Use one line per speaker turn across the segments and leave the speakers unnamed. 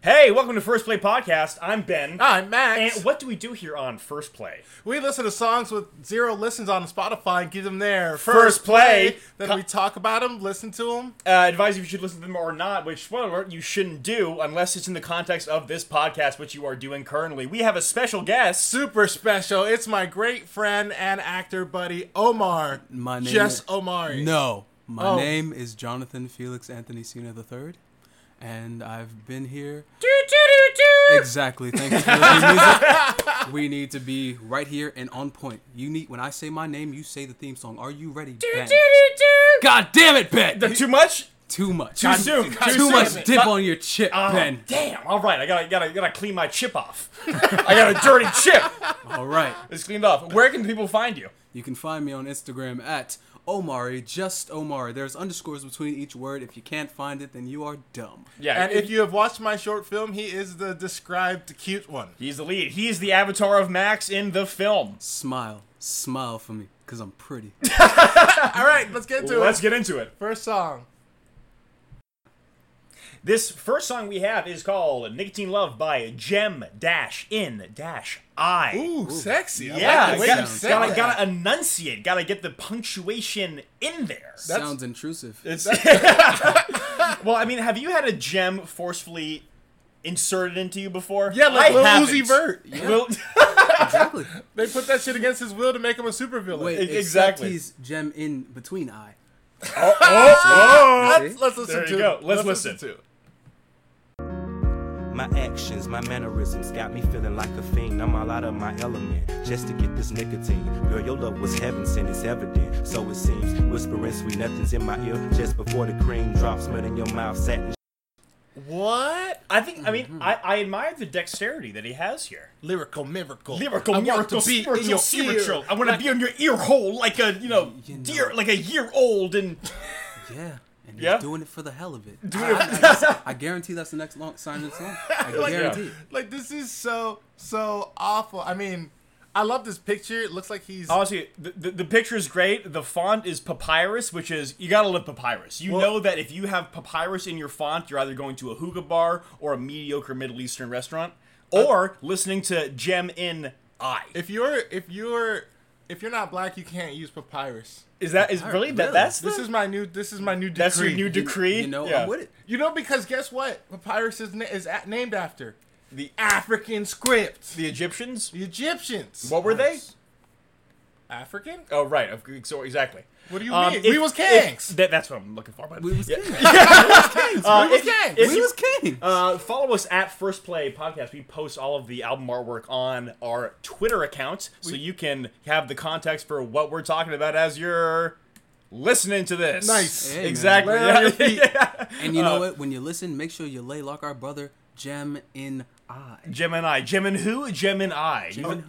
Hey, welcome to First Play Podcast. I'm Ben.
I'm Max.
And what do we do here on First Play?
we listen to songs with zero listens on Spotify and give them their
First play.
Then we talk about them, listen to them.
Uh, advise if you should listen to them or not, which, spoiler alert, you shouldn't do unless it's in the context of this podcast, which you are doing currently. We have a special guest.
Super special. It's my great friend and actor buddy Omar.
My name
Jess
is,
Omari.
No, my
Oh.
name is Jonathan Felix Anthony Cena III, and I've been here exactly. Thank you for the music. We need to be right here and on point. You need when I say my name, you say the theme song. Are you ready? Ben? God damn it, Ben!
Too much?
Too much.
Too soon. Too,
Too
soon.
much dip on your chip,
Oh,
Ben.
Damn. All right, I gotta gotta gotta clean my chip off. I got a dirty chip.
All right.
It's cleaned off. Where can people find you?
You can find me on Instagram at Omari, just Omari. There's underscores between each word. If you can't find it, then you are dumb.
Yeah.
And if you have watched my short film, he is the described cute one.
he's the lead. He is the avatar of Max in the film.
Smile. Smile for me, because I'm pretty.
All right, let's get to
Let's
it.
get into it.
First song.
This first song we have is called Nicotine Love by Gem Dash In Dash I.
Ooh, sexy. I
yeah,
like the way
gotta,
you said
gotta,
that.
gotta enunciate, gotta get the punctuation in there.
Sounds intrusive.
well, I mean, have you had a gem forcefully inserted into you before?
Yeah, like
I
Lil
haven't.
Uzi Vert.
Lil-
exactly.
They put that shit against his will to make him a supervillain.
Wait,
Exactly.
except he's gem in between eye.
oh,
Let's, let's listen
There
to
you
it.
go. Let's listen.
to it.
My actions, my mannerisms got me feeling like a fiend. I'm all out of my element just to get this nicotine. Girl, your love was heaven sent, it's evident, so it seems. Whispering sweet nothings in my ear just before the cream drops, smell in your mouth, satin.
What?
I think, I
Mm-hmm.
mean, I, I admire the dexterity that he has here.
Lyrical miracle.
Lyrical,
I
miracle,
want to be
spiritual,
in your
spiritual.
ear.
I want to be on your ear hole like a, you know,
You know.
deer, like a year old and...
Yeah. And he's
Yeah?
doing it for the hell of it. I, I- I guess- I guarantee that's the next long, sign of the song. I guarantee it.
Like this is so so awful. I mean, I love this picture. It looks like he's
Honestly, the, the, the picture is great. The font is papyrus, which is you gotta love papyrus. You know that if you have papyrus in your font, you're either going to a hookah bar or a mediocre Middle Eastern restaurant,
Uh,
or listening to Gem in I.
if you're if you're if you're not black, you can't use papyrus.
Is that is really that?
really?
That's
This
the,
is my new this is my new decree.
that's your new
You-
decree.
You know,
Yeah.
I'm with it.
You know because guess what? Papyrus is na- is at, named after
The
African script. The,
the Egyptians.
Egyptians.
What were they?
African?
Oh right, of- so exactly.
What do you
Um,
mean?
if-
we was
if-
kings.
that- that's what I'm looking for. But
We was king.
Uh,
we was
if you-
kings.
if
We
you-
was king.
Uh, follow us at First Play Podcast. We post all of the album artwork on our Twitter account, so you can have the context for what we're talking about as you're listening to this.
Nice. Hey,
man.
exactly.
Lay on your feet.
and you know what? When you listen, make sure you lay like our brother, gem in eye.
Gem and I. Gem and who? Gem and I.
Gem in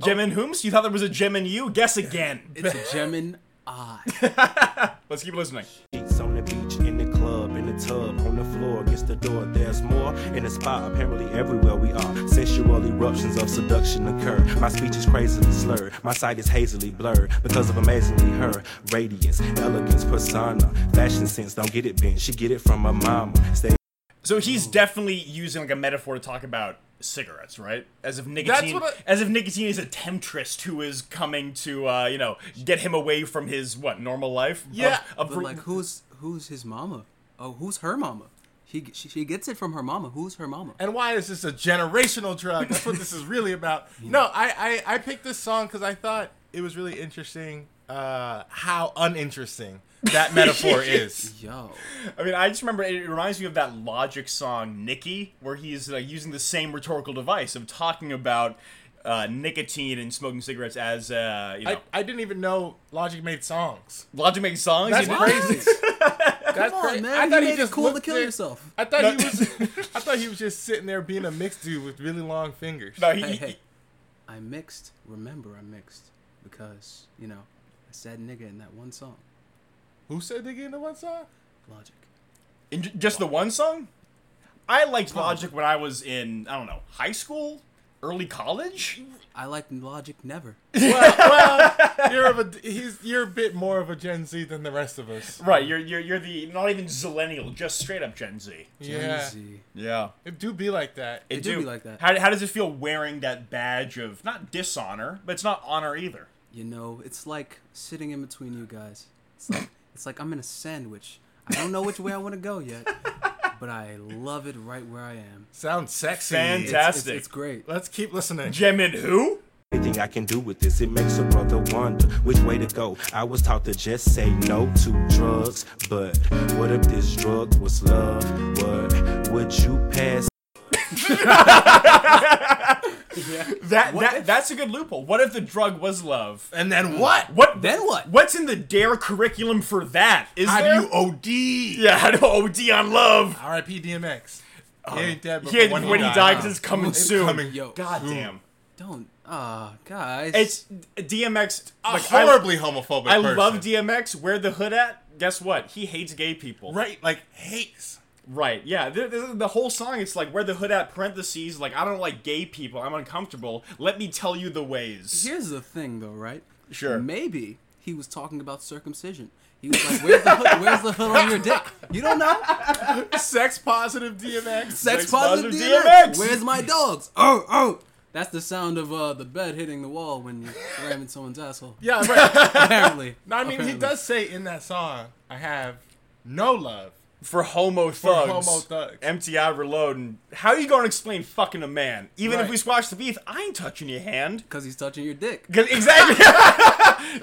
Gem and whomst? You thought there was a gem in you? Guess again.
It's a gem in eye.
Let's keep listening.
Sheets on the beach, in the club, in the tub, on the floor, against the door. There's more in the spot, apparently everywhere we are. Sensual eruptions of seduction occur. My speech is crazily slurred, my sight is hazily blurred because of amazingly her radiance, elegance, persona, fashion sense. Don't get it bent, she get it from her mama. Stay
So he's definitely using like a metaphor to talk about cigarettes, right? As if nicotine,
what I-
as if nicotine is a temptress who is coming to, uh, you know, get him away from his what normal life. Of-
Yeah,
of,
But like, who's who's his mama? Oh, who's her mama? He she, she gets it from her mama. Who's her mama?
and why is this a generational drug? That's what this is really about. No, I, I, I picked this song because I thought it was really interesting uh, how uninteresting that metaphor is.
Yo,
I mean, I just remember it reminds me of that Logic song "Nikki," where he's like using the same rhetorical device of talking about uh, nicotine and smoking cigarettes as uh, you know,
I, I didn't even know Logic made songs.
Logic making songs.
That's
you know?
crazy. That's
Come on,
crazy.
man.
I thought
You
he
made
just
it cool to
looked
kill
there-
yourself.
I thought he was. I thought he was just sitting there being a mixed dude with really long fingers.
No, he-
hey,
he-
hey, I mixed. Remember, I mixed because you know I said nigga in that one song.
Who said they get into one song?
Logic.
in j- just the one song. I liked Logic when I was in I don't know high school. early college?
I like Logic never.
well, well, you're of a he's you're a bit more of a Gen Z than the rest of us.
Right, you're you're you're the not even zillennial, just straight up Gen Z.
Yeah,
Easy.
Yeah.
it do be like that.
It,
do be like that.
How, how does it feel wearing that badge of not dishonor, but it's not honor either?
You know, it's like sitting in between you guys. It's like it's like I'm in a sandwich. I don't know which way I want to go yet, but I love it right where I am.
Sounds sexy.
It's,
Fantastic.
it's- it's great.
Let's keep listening.
Gem and who?
Anything I can do with this, it makes a brother wonder which way to go. I was taught to just say no to drugs, but what if this drug was love? What would you pass?
That, that that's a good loophole. What if the drug was love?
And then what?
What
Then what?
What's in the dare curriculum for that? Is
How
there?
do you OD?
yeah, how do OD on love?
R.I.P. DMX. he ain't dead, but
Yeah,
when,
when,
he,
he
died,
died, 'cause it's coming
It's
soon.
coming.
Yo,
God damn.
don't ah, guys.
It's DMX.
a
like, I-
horribly homophobic.
I
person.
love DMX. Where the hood at? Guess what? He hates gay people.
Right, like hates.
Right, Yeah. The, the, the whole song. It's like where the hood at. Parentheses. Like I don't like gay people. I'm uncomfortable. Let me tell you the ways.
Here's the thing, though, right?
Sure.
Maybe he was talking about circumcision. He was like, "Where's the hood? Where's the hood on your dick? You don't know?
Sex positive DMX.
Sex,
Sex
positive,
positive
DMX.
DMX.
Where's my dogs? Oh, oh." That's the sound of uh, the bed hitting the wall when you're ramming someone's asshole.
Yeah, right.
Apparently.
No, I mean he
Apparently.
does say in that song, "I have no love."
for homo thugs.
homo thugs.
MTI reload. And how you gonna explain fucking a man? Even if
Right.
we squash the beef, I ain't touching your hand.
Because he's touching your dick.
'Cause- exactly.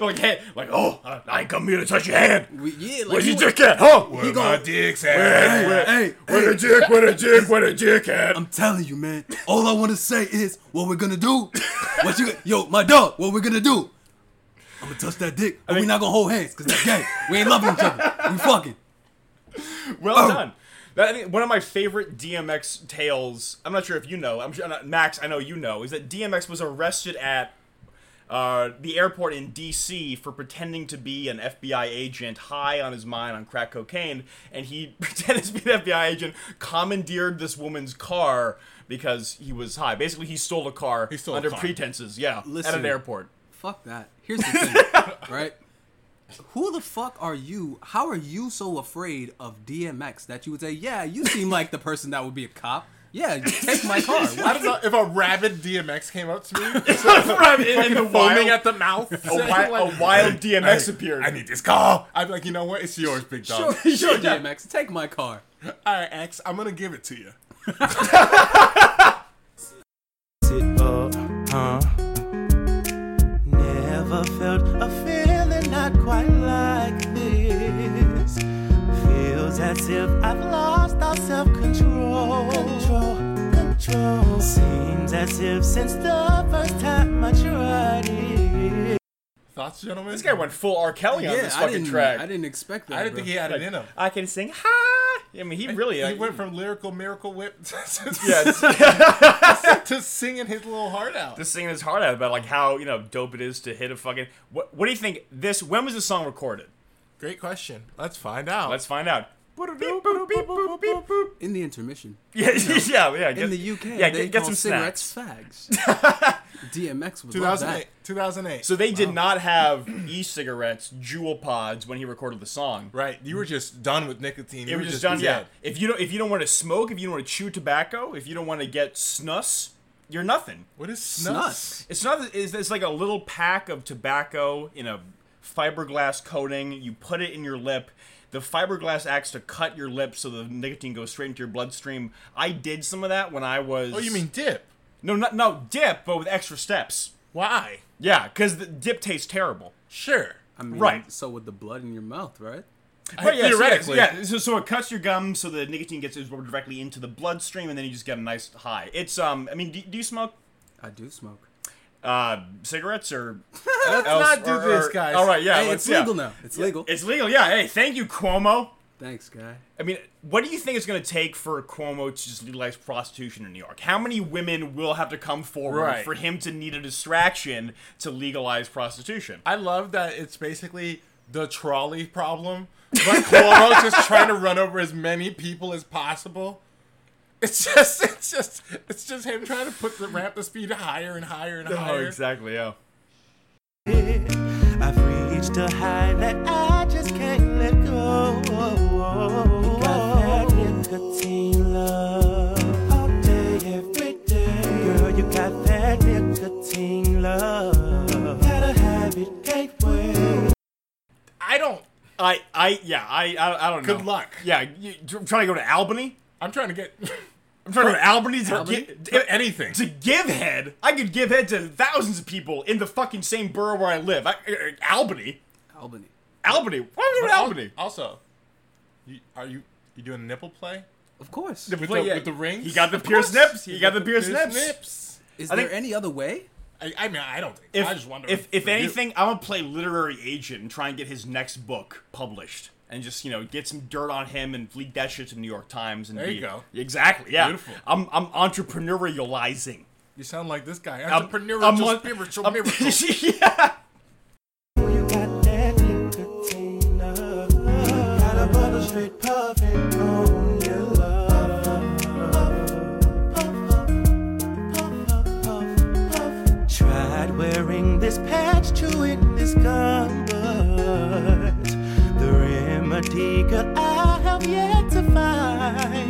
like hey, like oh, I, I ain't come here to touch your hand.
We, yeah, like
Where's
you
your dick at, huh?
Where
gonna-
my dick's at?
Oh, Where-
hey,
where the dick? Where the dick? Where the dick at?
I'm telling you, man. All I want to say is what we're gonna do. What you, yo, my dog. What we're gonna do? I'm gonna touch that dick, but we're not gonna hold hands because that's gay. We ain't loving each other. We fucking.
Well
Oh.
done. That, I think one of my favorite DMX tales. I'm not sure if you know. I'm sure not, Max. I know you know. Is that DMX was arrested at uh, the airport in D.C. for pretending to be an FBI agent, high on his mind on crack cocaine, and he pretended to be an FBI agent, commandeered this woman's car because he was high. Basically, he stole a car
stole a
under
car.
pretenses. Yeah, at
Listen.
an airport.
Fuck that. Here's the thing, right? Who the fuck are you? How are you so afraid of DMX that you would say, yeah, you seem like the person that would be a cop. Yeah, take my car.
I
Why
don't know if a rabid DMX came up to me,
Right, in, in the
foaming
wild,
at the mouth,
a, wi- a wild DMX oh, appeared.
I need this car. I'd be like, you know what? It's yours, big
Sure,
dog.
sure, DMX, take my car.
All right, X, I'm gonna give it to you.
Sit up, huh? Never felt a feeling not quite like this. Feels as if I've lost all self control. Control, control. Seems as if since the first time I tried it.
Thoughts, gentlemen?
this guy went full R. Kelly on
Yeah,
this
I
fucking
didn't,
track.
I didn't expect that.
I didn't
bro.
think he had it in him.
I can sing hi. I mean, he really.
He
uh,
went from lyrical miracle whip to,
yeah, it's-
to singing his little heart out.
just singing his heart out about like how you know dope it is to hit a fucking. What, what do you think? This when was the song recorded?
Great question. Let's find out.
Let's find out. Beep, boop, beep, boop, beep, boop.
in the intermission.
Yeah, yeah, yeah.
In
get-
the UK,
yeah,
they
get, get
call
some
cigarettes
snacks.
fags. DMX would love
2008.
that.
2008.
So they did not have e-cigarettes, jewel pods when he recorded the song.
right, you were just done with nicotine.
It
You
was
were
just done. Yeah.
dead.
If you don't, if you don't want to smoke, if you don't want to chew tobacco, if you don't want to get snus, you're nothing.
What is
Snuts.
snus?
It's not. It's, it's like a little pack of tobacco in a fiberglass coating. You put it in your lip. The fiberglass acts to cut your lip so the nicotine goes straight into your bloodstream. I did some of that when I was.
Oh, you mean dip?
no, not no dip, but with extra steps.
Why?
Yeah, because the dip tastes terrible.
Sure.
I mean,
Right.
So with the blood in your mouth, right?
Right, yes,
Uh, theoretically.
yes, yeah. So, so it cuts your gum, so the nicotine gets absorbed directly into the bloodstream, and then you just get a nice high. It's um. I mean, do, do you smoke
I do smoke.
uh cigarettes or?
Let's not do this, guys.
All right, yeah.
hey,
let's-
it's
yeah.
legal now. It's legal.
It's legal, yeah. Hey, thank you, Cuomo.
Thanks, guy.
I mean, what do you think it's going to take for Cuomo to just legalize prostitution in New York? How many women will have to come forward
Right.
for him to need a distraction to legalize prostitution?
I love that it's basically the trolley problem. But Cuomo's just trying to run over as many people as possible. It's just, it's just, it's just him trying to put the ramp the speed higher and higher and
Oh,
higher.
exactly. Yeah.
I've reached a high that I just can't let go. Got that nicotine love all day, every day. Girl, you got that nicotine love. Gotta have it gateway.
I don't.
I, I, yeah, I, I, I don't know.
Good luck.
Yeah, you, I'm trying to go to Albany.
I'm trying to get.
I'm trying to go to Albany to
Albany?
get
To anything.
to give head. I could give head to thousands of people in the fucking same borough where I live. I, uh, Albany,
Albany.
Albany. Why would I go
But
to
al-
Albany?
Also, you, are you you doing nipple play?
Of course.
With,
Well,
the,
yeah,
with the rings?
He got the pierced
course.
nips. He got the pierced nips.
nips.
Is
I
there
think-
any other way?
I, I mean, I don't think.
If,
I just wonder.
if,
for
if
you.
anything, I'm gonna play literary agent and try and get his next book published, and just you know get some dirt on him and leak that shit to the New York Times. And
There you
be-
go.
Exactly. Yeah.
Beautiful.
I'm I'm entrepreneurializing.
you sound like this guy.
I'm-
Entrepreneur,
I'm
just
on-
spiritual
I'm-
miracle.
yeah.
You got that nicotine love. Got a bottle straight puffin' on your love. Tried wearing this patch, chewing this gum, but the remedy, girl, I have yet to find.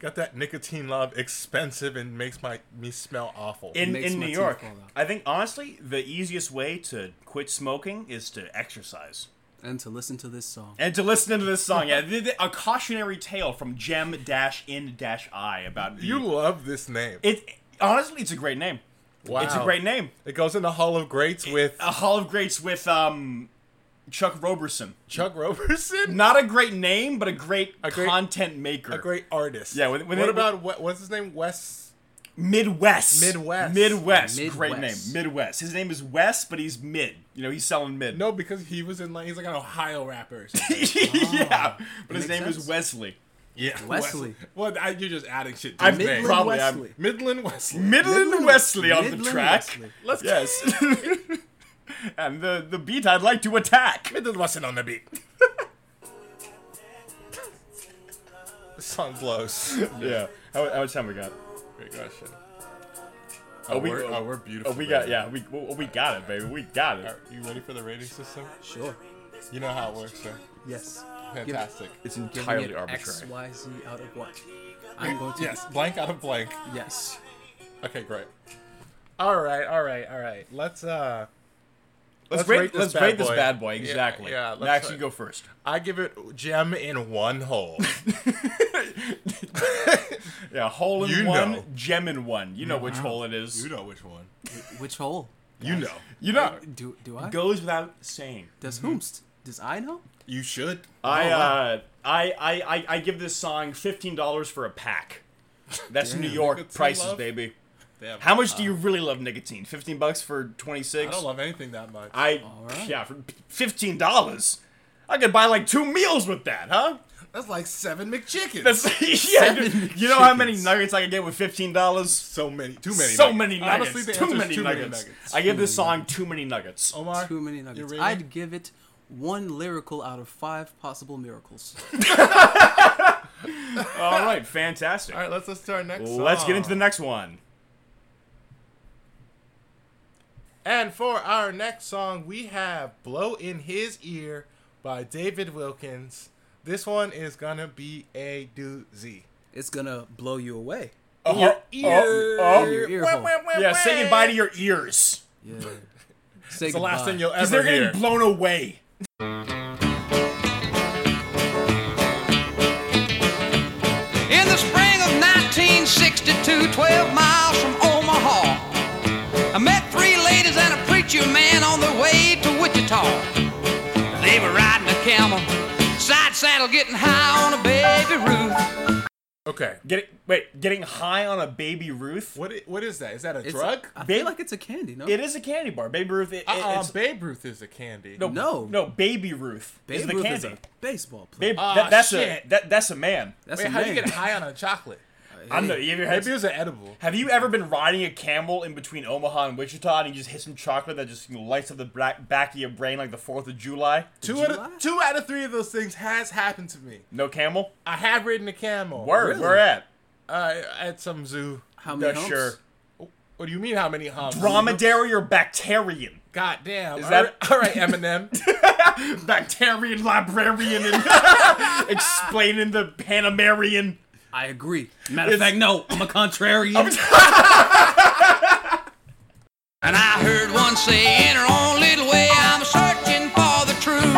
got that nicotine love, expensive, and makes my me smell awful.
in,
makes
in
my
New
teeth
York.
fall out.
I think honestly, the easiest way to quit smoking is to exercise
And to listen to this song.
and to listen to this song. Yeah, th- th- a cautionary tale from Gem Dash In Dash I about the-
you love this name.
It honestly, it's a great name.
wow,
It's a great name.
It goes in the Hall of Greats with
A Hall of Greats with um, Chuck Roberson.
Chuck Robertson,
Not a great name, but a great,
A great-
content maker.
a great artist.
Yeah, when- when
what
they-
about what, what's his name? Wes.
Midwest.
Midwest.
Midwest.
Midwest.
Great name. Midwest. His name is West, but he's mid. You know, he's selling mid.
No, because he was in like he's like an Ohio rapper. Or something. Ah.
yeah. But his
makes
name is
sense.
Wesley.
Yeah,
Wesley.
Well, I, you're just adding shit. To
I'm
his name.
Midland
probably- I'm-
Wesley.
Midland Wesley.
Midland, Wesley on the
Midland
track.
Wesley.
Let's yes. and the the beat I'd like to attack.
Midland Wesley on the beat. this song blows.
Yeah. How, how much time we got?
Great question.
Oh,
we're- oh, we're beautiful,
Oh, we got
baby.
yeah. We oh, we got it, baby. We got it.
Are you ready for the rating system?
Sure.
You know how it works, sir.
Yes.
Fantastic.
It's
Giving
entirely
it X,
arbitrary.
Y, Z out of what? I'm going to.
Yes, blank out of blank.
Yes.
Okay, great. All right, all right, all right. Let's uh
Let's
Let's
rate
rate this
let's
bad
rate this
boy.
bad boy
Yeah,
exactly.
yeah, let's
Max,
rate-
you go first.
I give it gem in one hole.
Yeah, hole in
You
one,
know.
gem in one. Uh-huh. You know which hole it is.
know which one.
Which hole?
You know.
You know.
Do do I?
Goes without saying.
Does whomst? Does I know?
You should.
I
wow.
uh I, I I I give this song fifteen dollars for a pack. That's New York
Nicotine
prices,
love?
baby.
Damn.
How much do you really love nicotine? Fifteen bucks for twenty
I
six.
don't love anything that much.
I
right.
yeah, for fifteen dollars, I could buy like two meals with that, huh?
That's like seven McChickens.
That's yeah. dude. You know how many nuggets I could get with fifteen dollars?
so many. Too many.
So
nuggets.
many nuggets.
Honestly, the
too
answer's
many
too
nuggets.
many nuggets. Oh
I give this song too many nuggets.
Omar,
Too many
your
nuggets.
rating?
I'd give it one lyrical out of five possible miracles.
All right, fantastic.
All right, let's listen to our next.
Let's get into the
song.
next one.
And for our next song, we have "Blow in His Ear" by David Wilkins. This one is gonna be a doozy.
it's gonna blow you away.
Oh,
Your
oh,
ear.
oh.
In your ear hole.
Yeah, say goodbye to your ears.
Yeah. Say
It's the last thing you'll
Because
ever
they're
hear.
getting blown away.
In the spring of 1962, 12 miles from Omaha, I met three ladies and a preacher man on their way to Wichita. They were riding a camel, side saddle getting high on a baby roof.
okay.
Getting wait, getting high on a baby Ruth.
What i- what is that? Is that a
It's-
drug?
I
Babe-
feel like it's a candy, no?
It is a candy bar. Baby Ruth. It, it-
Uh,
it's,
Babe Ruth is a candy.
no,
No.
no. Baby Ruth
Babe
is the
Ruth
candy.
is a baseball player.
Babe,
Ah,
that, that's a
shit.
that, that's a man.
That's
Wait,
a
how do you
name.
get high on a chocolate?
It's
I'm not. You ever had,
Maybe it was an edible.
have you ever been riding a camel in between Omaha and Wichita and you just hit some chocolate that just lights up the back, back of your brain like the 4th of July?
Two out, of, two out of three of those things has happened to me.
No camel?
I have ridden a camel.
Word, where at?
Uh, at some zoo.
How
No,
many humps?
sure.
What do you mean? How many humps?
Dromedary or Bacterian?
God damn. Is
that-
all right, Eminem?
Bacterian librarian and explaining the Panamerian.
I agree. Matter of fact, no, I'm a contrarian.
And I heard one say, in her own little way, I'm searching for the truth.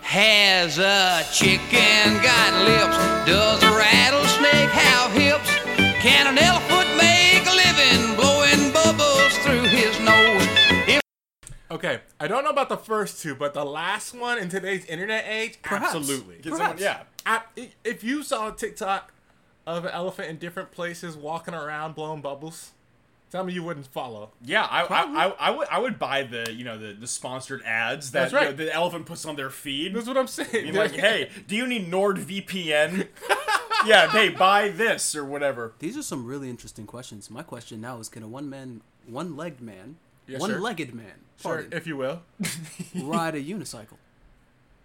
Has a chicken got lips? Does a rattlesnake have hips? Can an elephant make a living blowing bubbles through his nose? If
okay, I don't know about the first two, but the last one in today's internet age,
Perhaps.
absolutely.
Get someone-
Perhaps.
yeah.
I, if you saw a TikTok of an elephant in different places walking around blowing bubbles, tell me you wouldn't follow.
Yeah, I, I, I, I would I would buy the you know the, the sponsored ads that
That's right.
you know, the elephant puts on their feed.
That's what I'm saying.
Being like, hey, do you need NordVPN? yeah, hey, buy this or whatever.
These are some really interesting questions. My question now is: Can a one-man, one-legged man,
Yeah, sure.
one-legged man,
Sure,
pardon,
if you will,
ride a unicycle?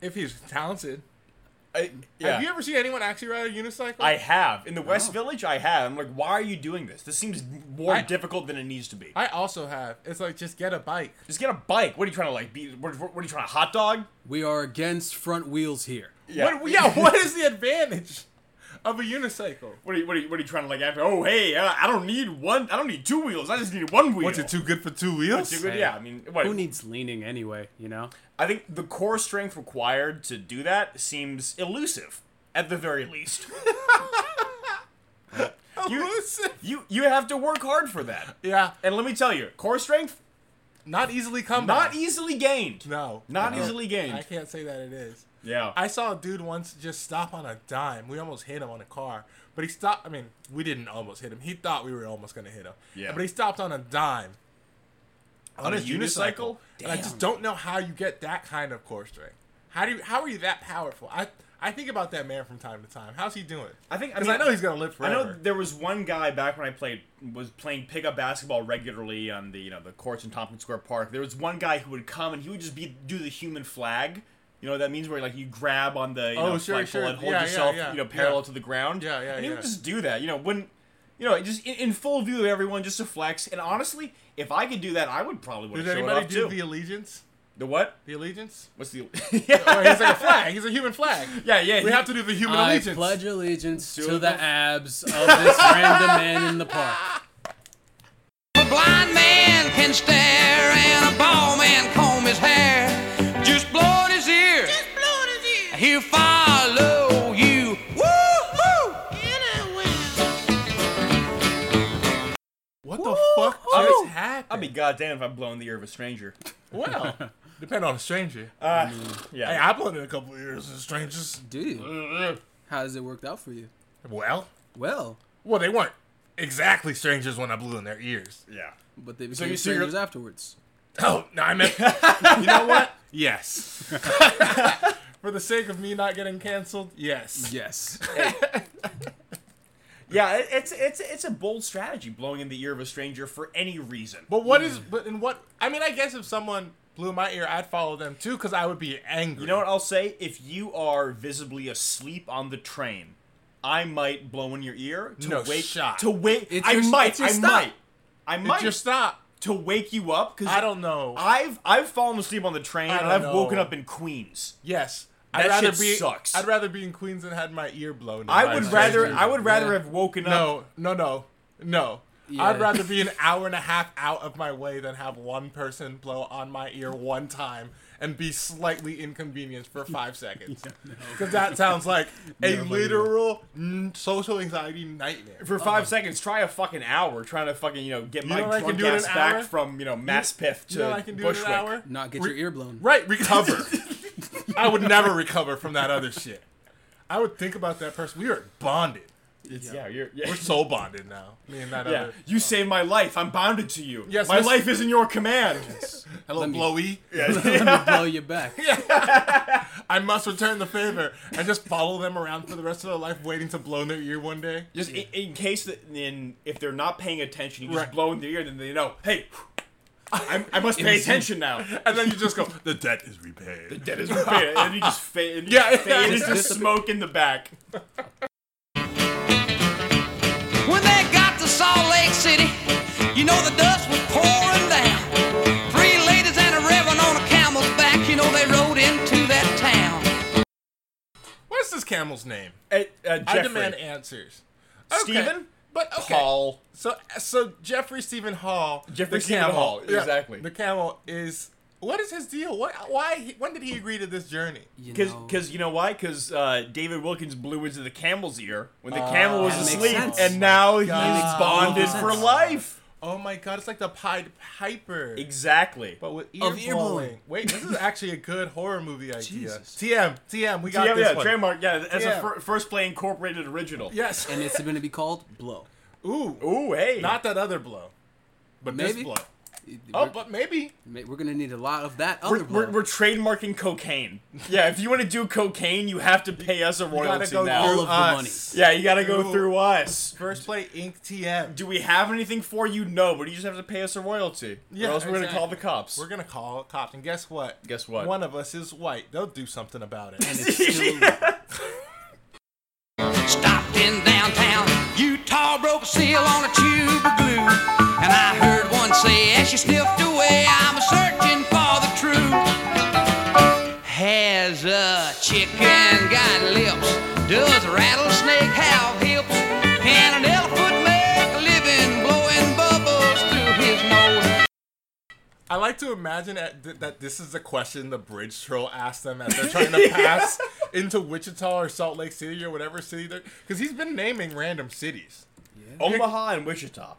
if he's talented.
I, yeah.
Have you ever seen anyone actually ride a unicycle?
I have in the West Village. I have. I'm like, why are you doing this? This seems more
I-
difficult than it needs to be.
I also have. It's like just get a bike.
Just get a bike. What are you trying to like? Be what, what are you trying to hot dog?
We are against front wheels here.
Yeah.
What, yeah, what is the advantage of a unicycle?
What are you, what are you, what are you trying to like? After oh hey, uh, I don't need one. I don't need two wheels. I just need one wheel.
What's it too good for two wheels?
Too good? Yeah. I mean, what,
Who needs leaning anyway? You know.
I think the core strength required to do that seems elusive, at the very least. you, you you have to work hard for that.
yeah,
And let me tell you, core strength
not easily come
not
by.
easily gained.
no,
Not
No.
easily gained.
I can't say that it is.
yeah.
I saw a dude once just stop on a dime. We almost hit him on a car, but he stopped. I mean, we didn't almost hit him. He thought we were almost gonna hit him.
Yeah.
But he stopped on a dime. On,
a unicycle?
And I just don't know how you get that kind of core strength. How do you? How are you that powerful? I I think about that man from time to time. How's he doing?
I think- I
because I,
mean,
know he's gonna live
I
forever.
know there was one guy back when I played was playing pickup basketball regularly on the you know the courts in Tompkins Square Park. There was one guy who would come and he would just be do the human flag. You know what that means where like you grab on the you
Oh,
know
sure,
flagpole
sure.
and hold
Yeah, yeah,
yourself
yeah.
you know parallel
Yeah.
to the ground.
Yeah, yeah,
And he
yeah.
would just do that. You know when you know just in, in full view of everyone just to flex. And honestly, if I could do that, I would probably want
Does
to show it
anybody
off
do
too.
the allegiance?
the what?
The allegiance?
What's the yeah
Oh, he's like a flag. He's a human flag.
yeah yeah?
We have to do the human
I
allegiance.
pledge allegiance
Do
to
the-
the abs of this random man in the park.
a blind man can stare and a bald man comb his hair, just blow in his ear. Just blow in his ear. He'll follow you. Woo-hoo!
What the fuck
I'll
just
be- I'll
happened?
be goddamn if I'm blowing the ear of a stranger.
well, depend on a stranger. hey,
Yeah.
I've blown in a couple of years as strangers.
Dude, how has it worked out for you?
Well,
Well,
well, they weren't exactly strangers when I blew in their ears.
yeah.
but they became
you- so you're-
strangers afterwards.
Oh no, I meant. you know what? Yes. For the sake of me not getting canceled, yes.
Yes.
Yeah, it- it's it's it's a bold strategy blowing in the ear of a stranger for any reason.
But what
Mm.
is? But in what? I mean, I guess if someone blew in my ear, I'd follow them too, because I would be angry.
You know what I'll say? If you are visibly asleep on the train, I might blow in your ear to
No
wake
shot.
to wake.
It's
I
your-
might.
it's your
I
stop.
might. I might
Just stop.
to wake you up because
I don't know.
I've I've fallen asleep on the train
I
and
don't
I've woken
know.
up in Queens.
Yes.
That
I'd rather
shit
be,
sucks.
I'd rather be in Queens and had my ear blown. in by
I
a
would
stranger.
rather I would rather have woken up.
No, no, no, no.
Yeah.
I'd rather be an hour and a half out of my way than have one person blow on my ear one time and be slightly inconvenienced for five seconds. Because that sounds like a literal n- social anxiety nightmare. Uh-huh.
For five seconds, try a fucking hour trying to fucking, you know, get my
know what I can
drunk
do in
ass
an
back
hour?
from, you know, Maspeth to
You know what I can do in
Bushwick.
an hour?
Not get
Re-
your ear blown.
Right, recover. I would never recover from that other shit. I would think about that person. We are bonded.
it's, yeah, you're, yeah.
We're soul bonded now. Me and that
yeah.
other.
You saved my life. I'm bounded to you.
Yes,
my
Miss-
life is in your command.
Hello,
Let me-
Blowy.
Let me blow you back.
I must return the favor and just follow them around for the rest of their life, waiting to blow in their ear one day.
Just in, in case that in if they're not paying attention, you just
Right.
blow in their ear, then they know. Hey, I'm, I must pay attention now.
And then you just go, the debt is repaid.
That is repair, and you just fade. And you
Yeah,
just
yeah.
fade into
Just-
smoke in the back.
When they got to Salt Lake City, you know the dust was pouring down. Three ladies and a reverend on a camel's back, you know they rode into that town.
What's this camel's name?
Uh, uh,
I
Jeffrey.
demand answers. Okay,
Stephen?
But okay.
Paul.
So so Jeffrey Stephen Hall.
Jeffrey
the
Stephen
camel-
Hall,
yeah,
exactly.
The camel is. What is his deal? What? Why? he- When did he agree to this journey?
You
Because,
know,
you know why? Because uh, David Wilkins blew into the camel's ear when the camel was
That makes
asleep,
sense.
and now he's
makes
bonded
total
for
sense.
life.
Oh my God! It's like the Pied Piper.
Exactly.
But with ear
Of ear blowing.
blowing. Wait, this is actually a good horror movie idea.
Jesus.
TM, TM, we got
yeah,
this
yeah,
one.
trademark. Yeah, that's
Yeah.
a fir- first play incorporated original.
yes.
and it's going to be called blow.
Ooh,
Ooh, hey.
not that other blow, but this
Maybe.
blow. Oh,
We're,
but maybe.
we're going to need a lot of that other
we're,
blow.
we're, we're trademarking cocaine. Yeah, if you want to do cocaine, you have to pay us a royalty
go
now.
all
through
of the
us.
money.
yeah, you gotta go through us.
First play Ink TM.
Do we have anything for you? No, but you just have to pay us a royalty.
Yeah,
or else we're gonna
exactly.
call the cops.
We're gonna call cops, and guess what?
Guess what?
One of us is white. They'll do something about it.
and it's still
Stopped in downtown Utah, broke a seal on a tube of glue. And I heard one say, as she sniffed away, I'm searching for the truth. Has a chicken got lips? Does a rattlesnake have hips? Can an elephant make a living blowing bubbles through his nose?
I like to imagine at th- that this is the question the bridge troll asked them as they're trying to pass into Wichita or Salt Lake City or whatever city they're. Because he's been naming random cities.
Omaha and Wichita.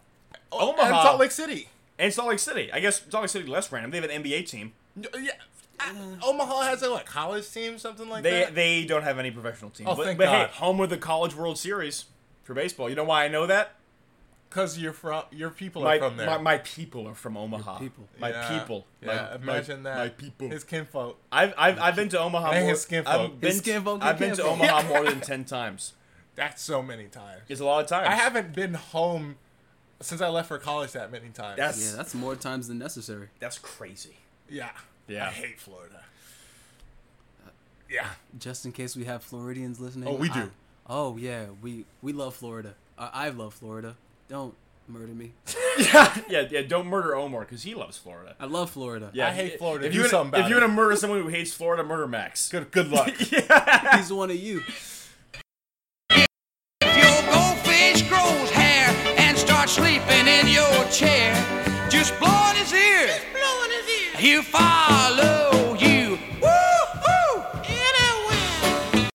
Oh,
Omaha.
And Salt Lalt Lake City.
And Salt Lake City. I guess Salt Lake City less random. They have an NBA team.
Y- uh, Yeah. I- Omaha has a what, college team, something like
They
that.
they don't have any professional team.
Oh,
but
thank
but
God.
hey, home of the College World Series for baseball. You know why I know that?
Because you're from, your people
My,
are from there.
my my people are from Omaha.
people.
My
Yeah.
people.
Yeah,
My- my-
imagine that.
My people.
His kinfolk.
I've, I've, I've been to Omaha.
And
more,
his skin
I've
folk.
been
His skin
to-
folk,
I've
he
been to
can't
Omaha more than ten times.
That's so many times.
It's a lot of times.
I haven't been home since I left for college that many times.
That's
Yeah, that's more times than necessary.
that's crazy.
yeah.
Yeah.
I hate Florida. Yeah.
Just in case we have Floridians listening.
Oh, we
I-
do.
oh yeah, we we love Florida. I, I love Florida. Don't murder me.
Yeah, yeah. Don't murder Omar because he loves Florida.
I love Florida.
Yeah,
I hate Florida.
If
Do
you
something
wanna,
about
if you
it.
want to murder someone who hates Florida, murder Max.
Good good luck.
he's one of you.
If your goldfish grows hair and starts sleeping in your chair, just blow in his ear. Just blow in his ear. He'll follow you. Woo-hoo! Anywhere.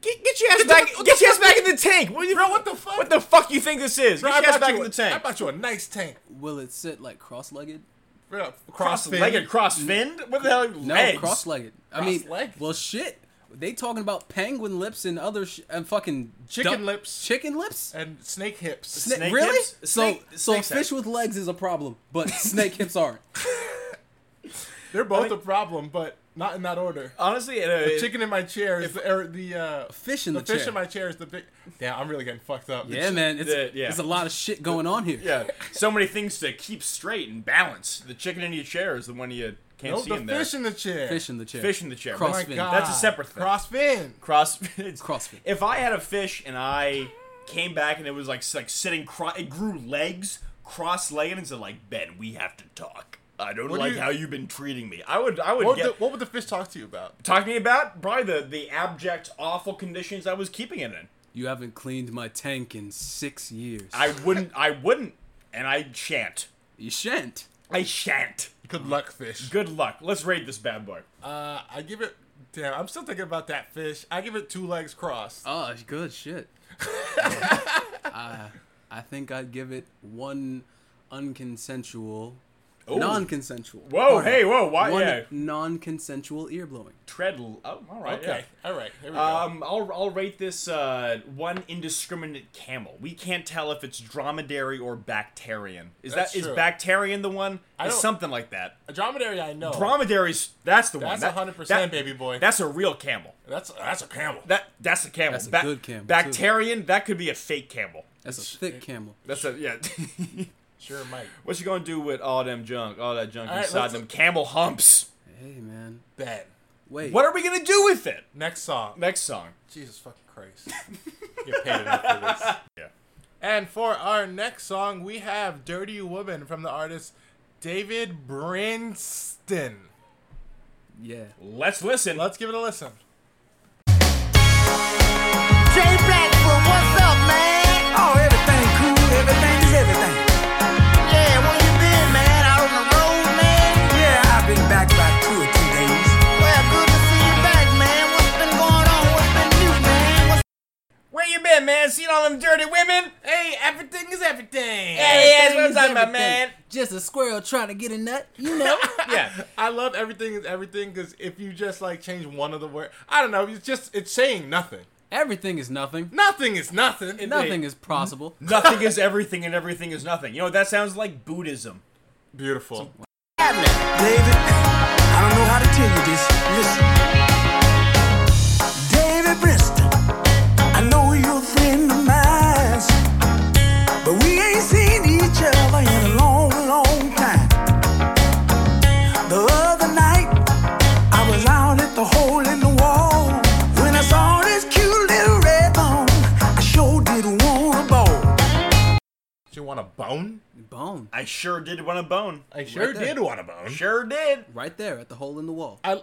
Get, get your ass back! Get your ass back in the tank, will you,
Bro, what the fuck?
What the fuck you think this is?
Bro, I
get your ass
bought
back
you
in
a-
the
I
tank.
bought you a nice tank.
Will it sit like cross-legged?
Bro,
Cross-legged, cross-finned. What the hell?
No,
Legs.
cross-legged. I mean,
Cross-legged?
well, shit. They talking about penguin lips and other sh- and fucking
Chicken
duck-
lips.
Chicken lips.
and snake hips.
Sna-
Snake
really?
hips?
So
Snake-
so
snake
fish
sex.
with legs is a problem, but snake hips aren't.
They're both
mean-
a problem, but not in that order.
Honestly, uh,
The chicken in my chair is the, er, the uh,
Fish in the,
fish
chair.
in my chair is the big. Damn, I'm really getting fucked up.
yeah, man. It's,
the- yeah.
it's a lot of shit going on here.
Yeah, so many things to keep straight and balanced. The chicken in your chair is the one you can't
No,
see
the
in there.
fish in the chair.
Fish in the chair.
Fish in the chair.
Oh my
Crossfin.
God.
That's a separate thing.
Crossfin.
Cross it's-
Crossfit.
If I had a fish and I came back and it was like s- like sitting cro- it grew legs cross legged and said like Ben, we have to talk. I don't
What do
like
you-
how you've been treating me. I would I would
What would,
get
the, what would the fish talk to you about?
talk to me about probably the the abject awful conditions I was keeping it in.
You haven't cleaned my tank in six years.
I wouldn't I wouldn't and I shan't.
you shan't.
I shan't.
Good luck, fish.
Good luck. Let's raid this bad boy.
Uh, I give it. Damn, I'm still thinking about that fish. I give it two legs crossed.
Oh, it's good shit. I I think I'd give it one unconsensual non-consensual.
Whoa,
Pardon.
hey, whoa, why-
One
yeah.
non-consensual ear blowing.
Tread. l- Oh, all right.
Okay,
yeah.
all right. Here we go.
Um, I'll, I'll rate this uh, one indiscriminate camel. We can't tell if it's dromedary or Bactarian. Is that
That's
is
true.
Bactarian the one? It's
don't-
something like that.
a dromedary, I know.
Dromedary's that's the one.
That's
That-
100%,
that-
baby boy.
That's a real camel.
that's that's a camel.
That that's a camel.
That's a good camel, too.
Bactarian. That could be a fake camel.
That's a thick camel.
That's a yeah.
sure might.
what you gonna do with all them junk, all that junk
All right,
inside
let's-
them camel humps?
Hey man,
Ben.
wait.
What are we gonna do with it?
Next song.
Next song.
Jesus fucking Christ. You're paid enough for this.
Yeah.
And for our next song, we have Dirty Woman from the artist David Brinston.
Yeah.
Let's listen.
Let's give it a listen.
Jay Blackwood, what's up, man?
Oh, everything cool, everything is everything.
Yeah, where you been, man? Out on the road, man?
Yeah, I've been back about two or three days.
Well, good to see you back, man. What's been going on? What's been new, man? What's
Where you been, man? Seen all them dirty women?
Hey, everything is everything.
Hey, that's what I'm talking about, man.
Just a squirrel trying to get a nut, you know.
Yeah.
I love everything is everything because if you just like change one of the words, I don't know. It's just it's saying nothing.
Everything is nothing.
Nothing is nothing.
Nothing is possible.
nothing is everything and everything is nothing. You know, that sounds like Buddhism.
beautiful.
happening?
David, I don't know how to tell you this. Listen. David Bristol, I know you're a friend of mine. But we ain't seen each other in a long, long time. The other night, I was out at the hole in the wall. When I saw this cute little red bone, I sure did want a ball.
Do you want a bone?
Bone.
I sure did want a bone.
I sure
there.
did want a bone.
Sure did.
Right there at the hole in the wall.
I,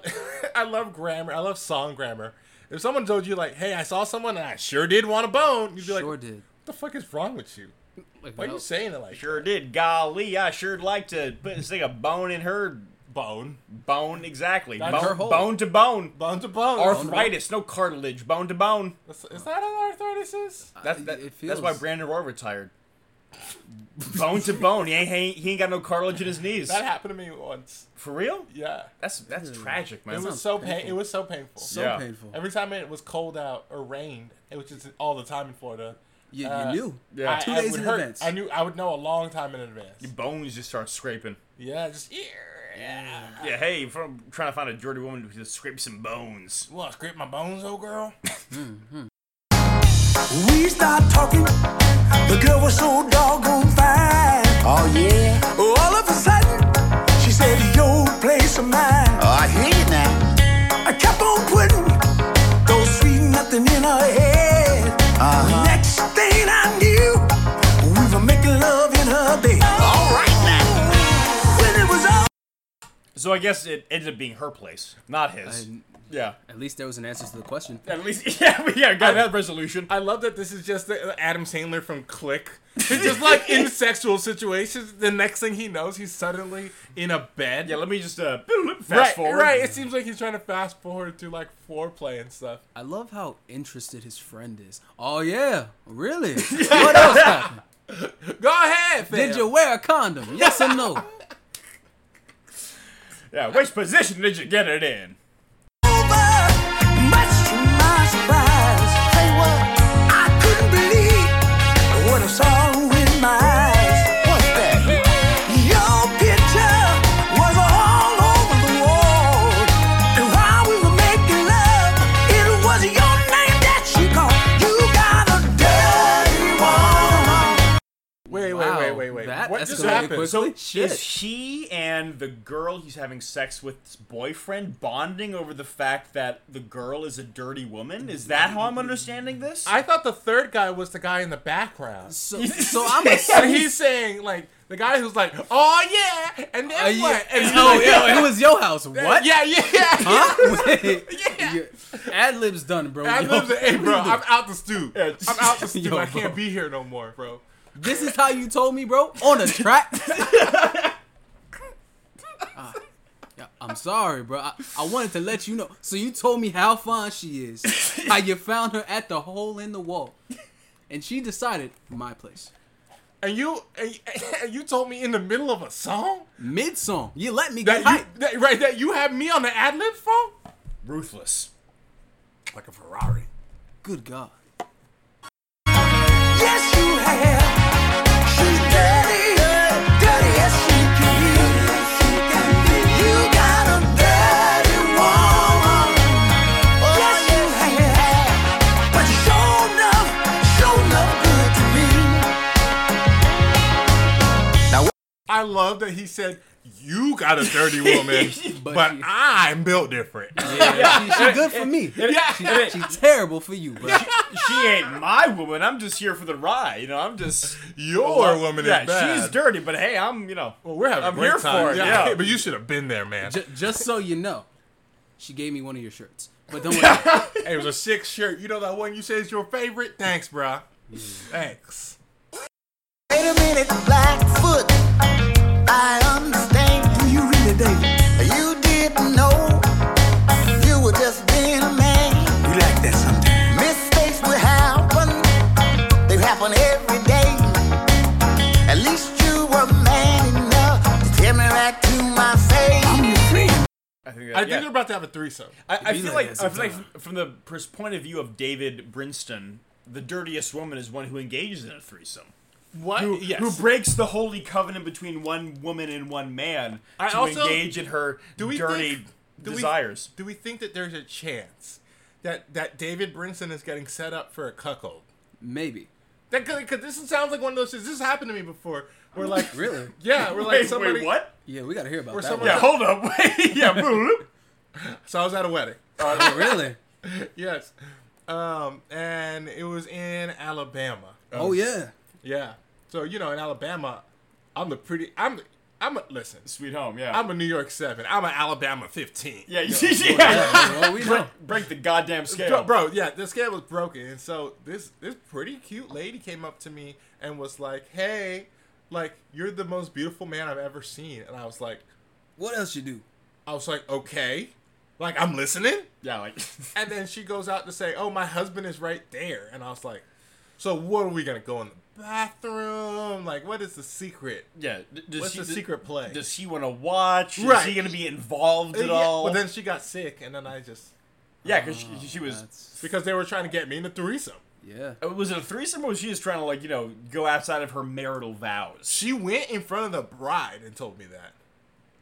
I love grammar. I love song grammar. If someone told you like, "Hey, I saw someone and I sure did want a bone," you'd be
sure
like,
did.
"What the fuck is wrong with you?
Like,
Why are
no.
you saying it like
Sure did. Golly, I sure'd like to put stick a bone in her
bone,
bone. Exactly.
That's
bone,
her hole.
bone to bone.
bone to bone?
Arthritis, no cartilage, bone to bone.
Is is that how arthritis is?
Uh,
That's that,
it
that's why
feels-
Brandon Roy retired. bone to bone. He ain't, he ain't he ain't got no cartilage in his knees.
That happened to me once.
For real?
Yeah,
That's that's tragic, man.
it was
sounds
so pain.
painful.
It was so painful.
so
Yeah.
painful.
Every time it was cold out or rained, which is all the time in Florida,
you,
uh,
you knew.
yeah.
Two
I,
days
would
in
hurt.
advance.
I knew I would know a long time in advance.
bones just start scraping.
Yeah, just yeah.
Yeah, hey, from trying to find a dirty woman to just scrape some bones.
You want to scrape my bones, old girl?
We start talking. The girl was so doggone fine. Oh yeah. All of a sudden, she said, "Yo, place of mine."
Oh, I hear you now.
I kept on putting those sweet nothing in her head.
Uh-huh.
Next thing I knew, we were making love in her bed.
All right, now.
When it was all
So I guess it ended up being her place, not his.
And
yeah.
at least there was an answer to the question.
At least, yeah, we yeah, got that resolution.
I love that this is just the uh, Adam Sandler from Click. It's just like in sexual situations, the next thing he knows, he's suddenly in a bed.
yeah, let me just uh, fast
right,
forward.
right. It seems like he's trying to fast forward to like foreplay and stuff.
I love how interested his friend is. Oh yeah, really? what else happened?
Go ahead, fam.
Did you wear a condom? Yes or no?
Yeah, which position did you get it in?
over, much to my surprise.
Hey, what?
I couldn't believe what I saw in my eyes.
What's that?
Your picture was all over the wall. And while we were making love, it was your name that she called. You got a dirty woman.
Wait,
Wow,
wait, wait, wait, wait.
That
what
escalated
just happened?
quickly.
So
Shit.
Is she and the girl he's having sex with's boyfriend bonding over the fact that the girl is a dirty woman? Is that how I'm understanding this?
I thought the third guy was the guy in the background.
So, so I'm a.
So he's saying like the guy who's like, oh yeah, and then
Uh, yeah.
what? And he's
Oh,
like,
yeah, it was your house. What? Oh,
Yeah, yeah, yeah.
Ad lib's done, bro.
I
Yo,
live in, hey,
what
bro,
are you doing?
I'm out the stew. I'm out the stew.
Yo,
I
bro.
can't be here no more, bro.
This is how you told me, bro, on a track. Ah, yeah, I'm sorry, bro. I, I wanted to let you know. So you told me how fine she is, how you found her at the hole in the wall, and she decided my place.
and you and, and you told me in the middle of a song
Mid song, you let me
that
get
you
hype.
that, right that you had me on the ad lib for.
Ruthless.
Like a Ferrari.
Good God.
Yes, you have. She's dirty, dirty as she can be. You got a dirty woman. Yes, you have. But sure enough, sure enough, good to me.
I love that he said you got a dirty woman, but,
But she-
I'm built different.
She, she good for me.
Yeah.
She terrible for you, but
she ain't my woman. I'm just here for the ride. You know, I'm just
Your woman
yeah.
is bad.
She's dirty, but hey, I'm you know.
Well, we're having a
I'm
great
here
time.
for it.
Yeah,
Yeah.
but you should have been there, man.
j- just so you know, she gave me one of your shirts. But don't worry.
Hey, it was a sick shirt. You know that one you say is your favorite? Thanks, bruh. Thanks.
Wait a minute, Blackfoot. I understand. Do you really, David? You didn't know. You were just being a man. You like that sometimes. Mistakes will happen. They happen every day. At least you were man enough to tell me right to my face. I'm your friend.
I think,
I
that,
think
yeah.
they're about to have a threesome.
I, I feel
like
like
that
I feel like
sometimes.
f- from the pers- point of view of David Brinston, the dirtiest woman is one who engages in a threesome.
What?
Who,
yes.
who breaks the holy covenant between one woman and one man
I
to
also-
engage in her
do we
dirty
think, do we-
desires?
do we think that there's a chance that that David Brinson is getting set up for a cuckold?
Maybe.
That could, could this sounds like one of those things. This happened to me before. We're like,
Really?
yeah, we're like
wait,
somebody.
wait, what?
Yeah, we gotta hear about
Or
that.
someone-
Yeah, hold up. Wait, yeah, boop.
So I was at a wedding.
one. Oh, really?
Yes, um, and it was in Alabama.
Oh yeah.
Yeah. So you know, in Alabama, I'm the pretty. I'm. I'm a listen.
sweet home. Yeah,
I'm a New York seven. I'm an Alabama fifteen.
yeah, you see, yeah.
Well, we know.
Break the goddamn scale,
Bro, bro, yeah, the scale was broken, and so this this pretty cute lady came up to me and was like, "Hey, like you're the most beautiful man I've ever seen," and I was like,
What else you do?
I was like, okay, like I'm listening,
Yeah, like
and then she goes out to say, "Oh, my husband is right there," and I was like, "So what are we gonna go in the bathroom? Like, what is the secret?"
yeah. d- Does
What's
she,
the
d-
secret play?
Does she want to watch?
Right.
Is she gonna be involved at
Yeah,
all?
But then she got sick, and then I just
yeah, because she, she
Oh,
was.
That's
because they were trying to get me in a threesome.
yeah.
Was it a threesome or was she just trying to like you know go outside of her marital vows?
She went in front of the bride and told me that.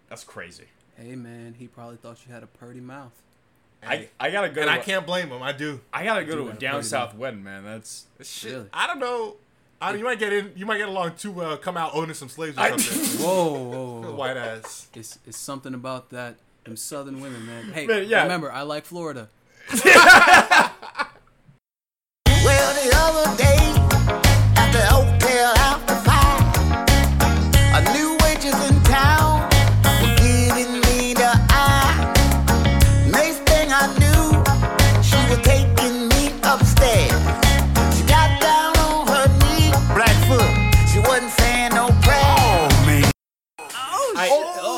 That's crazy.
Hey man, he probably thought you had a purty mouth.
I, I gotta go.
and
to
I
a-
can't blame him. I do.
I gotta go to a
gotta
down
play
south wedding, man. That's
Shit,
Really?
I don't know. I you might get in. You might get along to uh, come out owning some slaves or
I-
something.
Whoa, whoa, whoa.
White ass.
It's it's something about that them southern women, man. Hey,
Man, yeah.
remember, I like Florida.
Well, the other day, at the hotel after five, a new waitress in town was giving me the eye. Next thing I knew, she was taking me upstairs. She got down on her knee, Blackfoot. She wasn't saying no prayer.
I,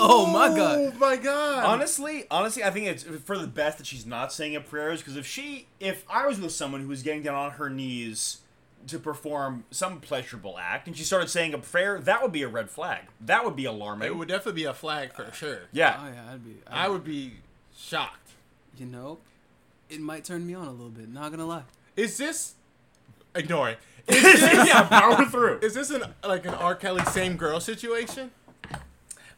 Oh my God.
Oh my god.
honestly, honestly, I think it's for the best that she's not saying a prayers because if she, if I was with someone who was getting down on her knees to perform some pleasurable act and she started saying a prayer, that would be a red flag. That would be alarming.
it would definitely be a flag for sure.
Oh
yeah.
yeah, I'd be.
I
I,
would be shocked.
you know, it might turn me on a little bit. Not gonna lie.
Is this ignoring?
yeah, power through.
Is this an like an R. Kelly same girl situation?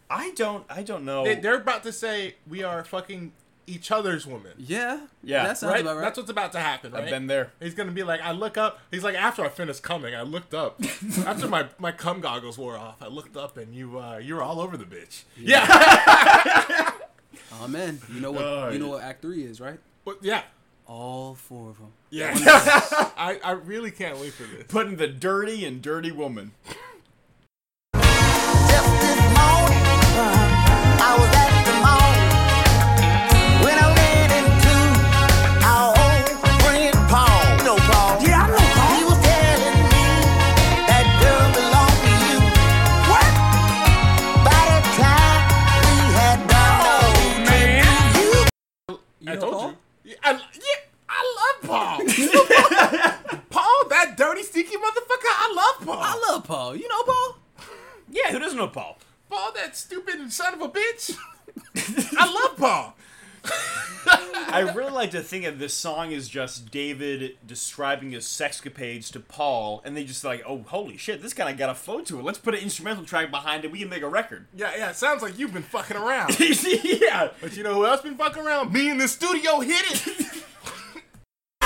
I don't, I don't know.
They, they're about to say we are fucking each other's women.
Yeah.
Yeah,
That sounds
Right?
about right.
That's what's about to happen, right?
I've been there.
He's gonna be like, I look up. He's like, after I finished coming, I looked up. after my my cum goggles wore off, I looked up and you uh, you were all over the bitch. Yeah,
oh man, you know what?
God.
You know what Act Three is, right?
But, yeah,
All four of them.
yeah. I I really can't wait for this.
Putting the dirty and dirty woman.
Just this morning, I was at the mall when I ran into our old friend Paul. No Paul. Yeah, I know Paul. He was telling me that girl belonged to you. What? By the time we had done all you
You
I
know
told
Paul?
you. Yeah, I, yeah, I love Paul. Paul, that dirty, sneaky motherfucker. I love Paul.
I love Paul. You know Paul?
Yeah, who doesn't know Paul?
Paul, that stupid son of a bitch. I love Paul.
I really like to think of this song as just David describing his sexcapades to Paul, and they just like, oh, holy shit, this kind of got a flow to it. Let's put an instrumental track behind it. We can make a record.
Yeah, yeah. It sounds like you've been fucking around.
yeah.
but you know who else been fucking around? Me in the studio hit it.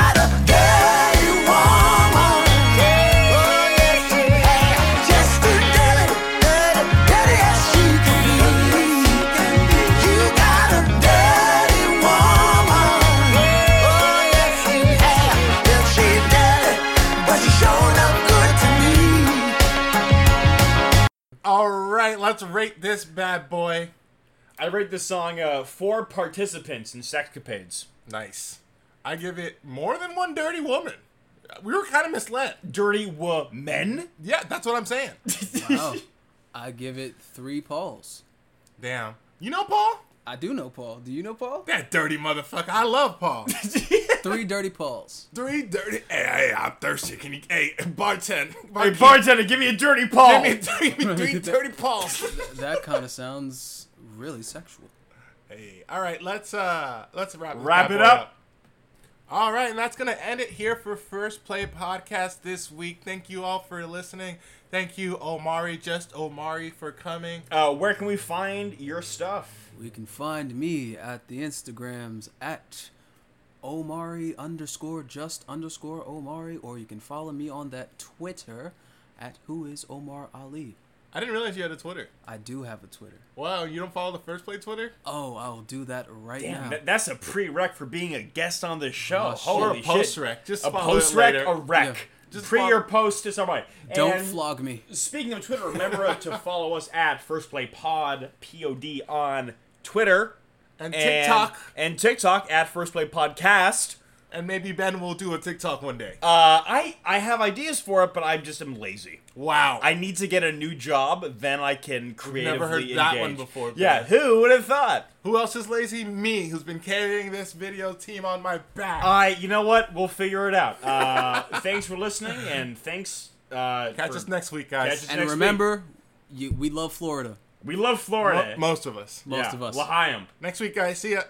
All right, let's rate this bad boy.
I rate this song uh, four participants in sexcapades.
Nice. I give it more than one dirty woman. We were kind of misled.
Dirty women?
Yeah, that's what I'm saying.
Wow. I give it three Pauls.
Damn. You know Paul?
I do know Paul. Do you know Paul?
That dirty motherfucker. I love Paul.
Three dirty Pauls.
Three dirty. Hey, hey, I'm thirsty. Can you? Hey, bartend.
Hey, bartender, give me a dirty Paul.
Give me three, give me three dirty Pauls.
That kind of sounds really sexual.
Hey, all right, let's uh, let's wrap this
Wrap
bad
it
boy
up.
All right, and that's gonna end it here for First Play Podcast this week. Thank you all for listening. Thank you, Omari, just Omari, for coming.
uh, where can we find your stuff?
You can find me at the Instagrams at Omari underscore just underscore Omari, or you can follow me on that Twitter at Who is Omar Ali.
I didn't realize you had a Twitter.
I do have a Twitter.
Wow, you don't follow the First Play Twitter?
Uh,
Oh, I'll do that right
Damn,
now.
that, that's a prereq for being a guest on this show.
Oh, shit.
Or
Holy
a
shit.
post rec. Just
a
follow it
post rec,
later.
a rec.
Yeah.
Just
Pre
follow-
or post, it's all right.
Don't
And
flog me.
Speaking of Twitter, remember to follow us at First Play Pod P O D on Twitter
And TikTok.
and, TikTok at First Play Podcast.
And, maybe Ben will do a TikTok one day.
Uh, I I have ideas for it, but I just am lazy.
wow.
I need to get a new job, then I can creatively
never heard that
engage.
one before,
Yeah,
Ben.
who would have thought?
Who else is lazy? Me, who's been carrying this video team on my back.
I, you know what? We'll figure it out. Uh, thanks for listening, and thanks. Uh,
Catch
for-
us next week, guys.
Catch us-
and
next
remember, you, we love Florida.
We love
Mo-
Florida.
most of us.
Most
Yeah,
of us.
L'Haim.
Next week, guys. See ya.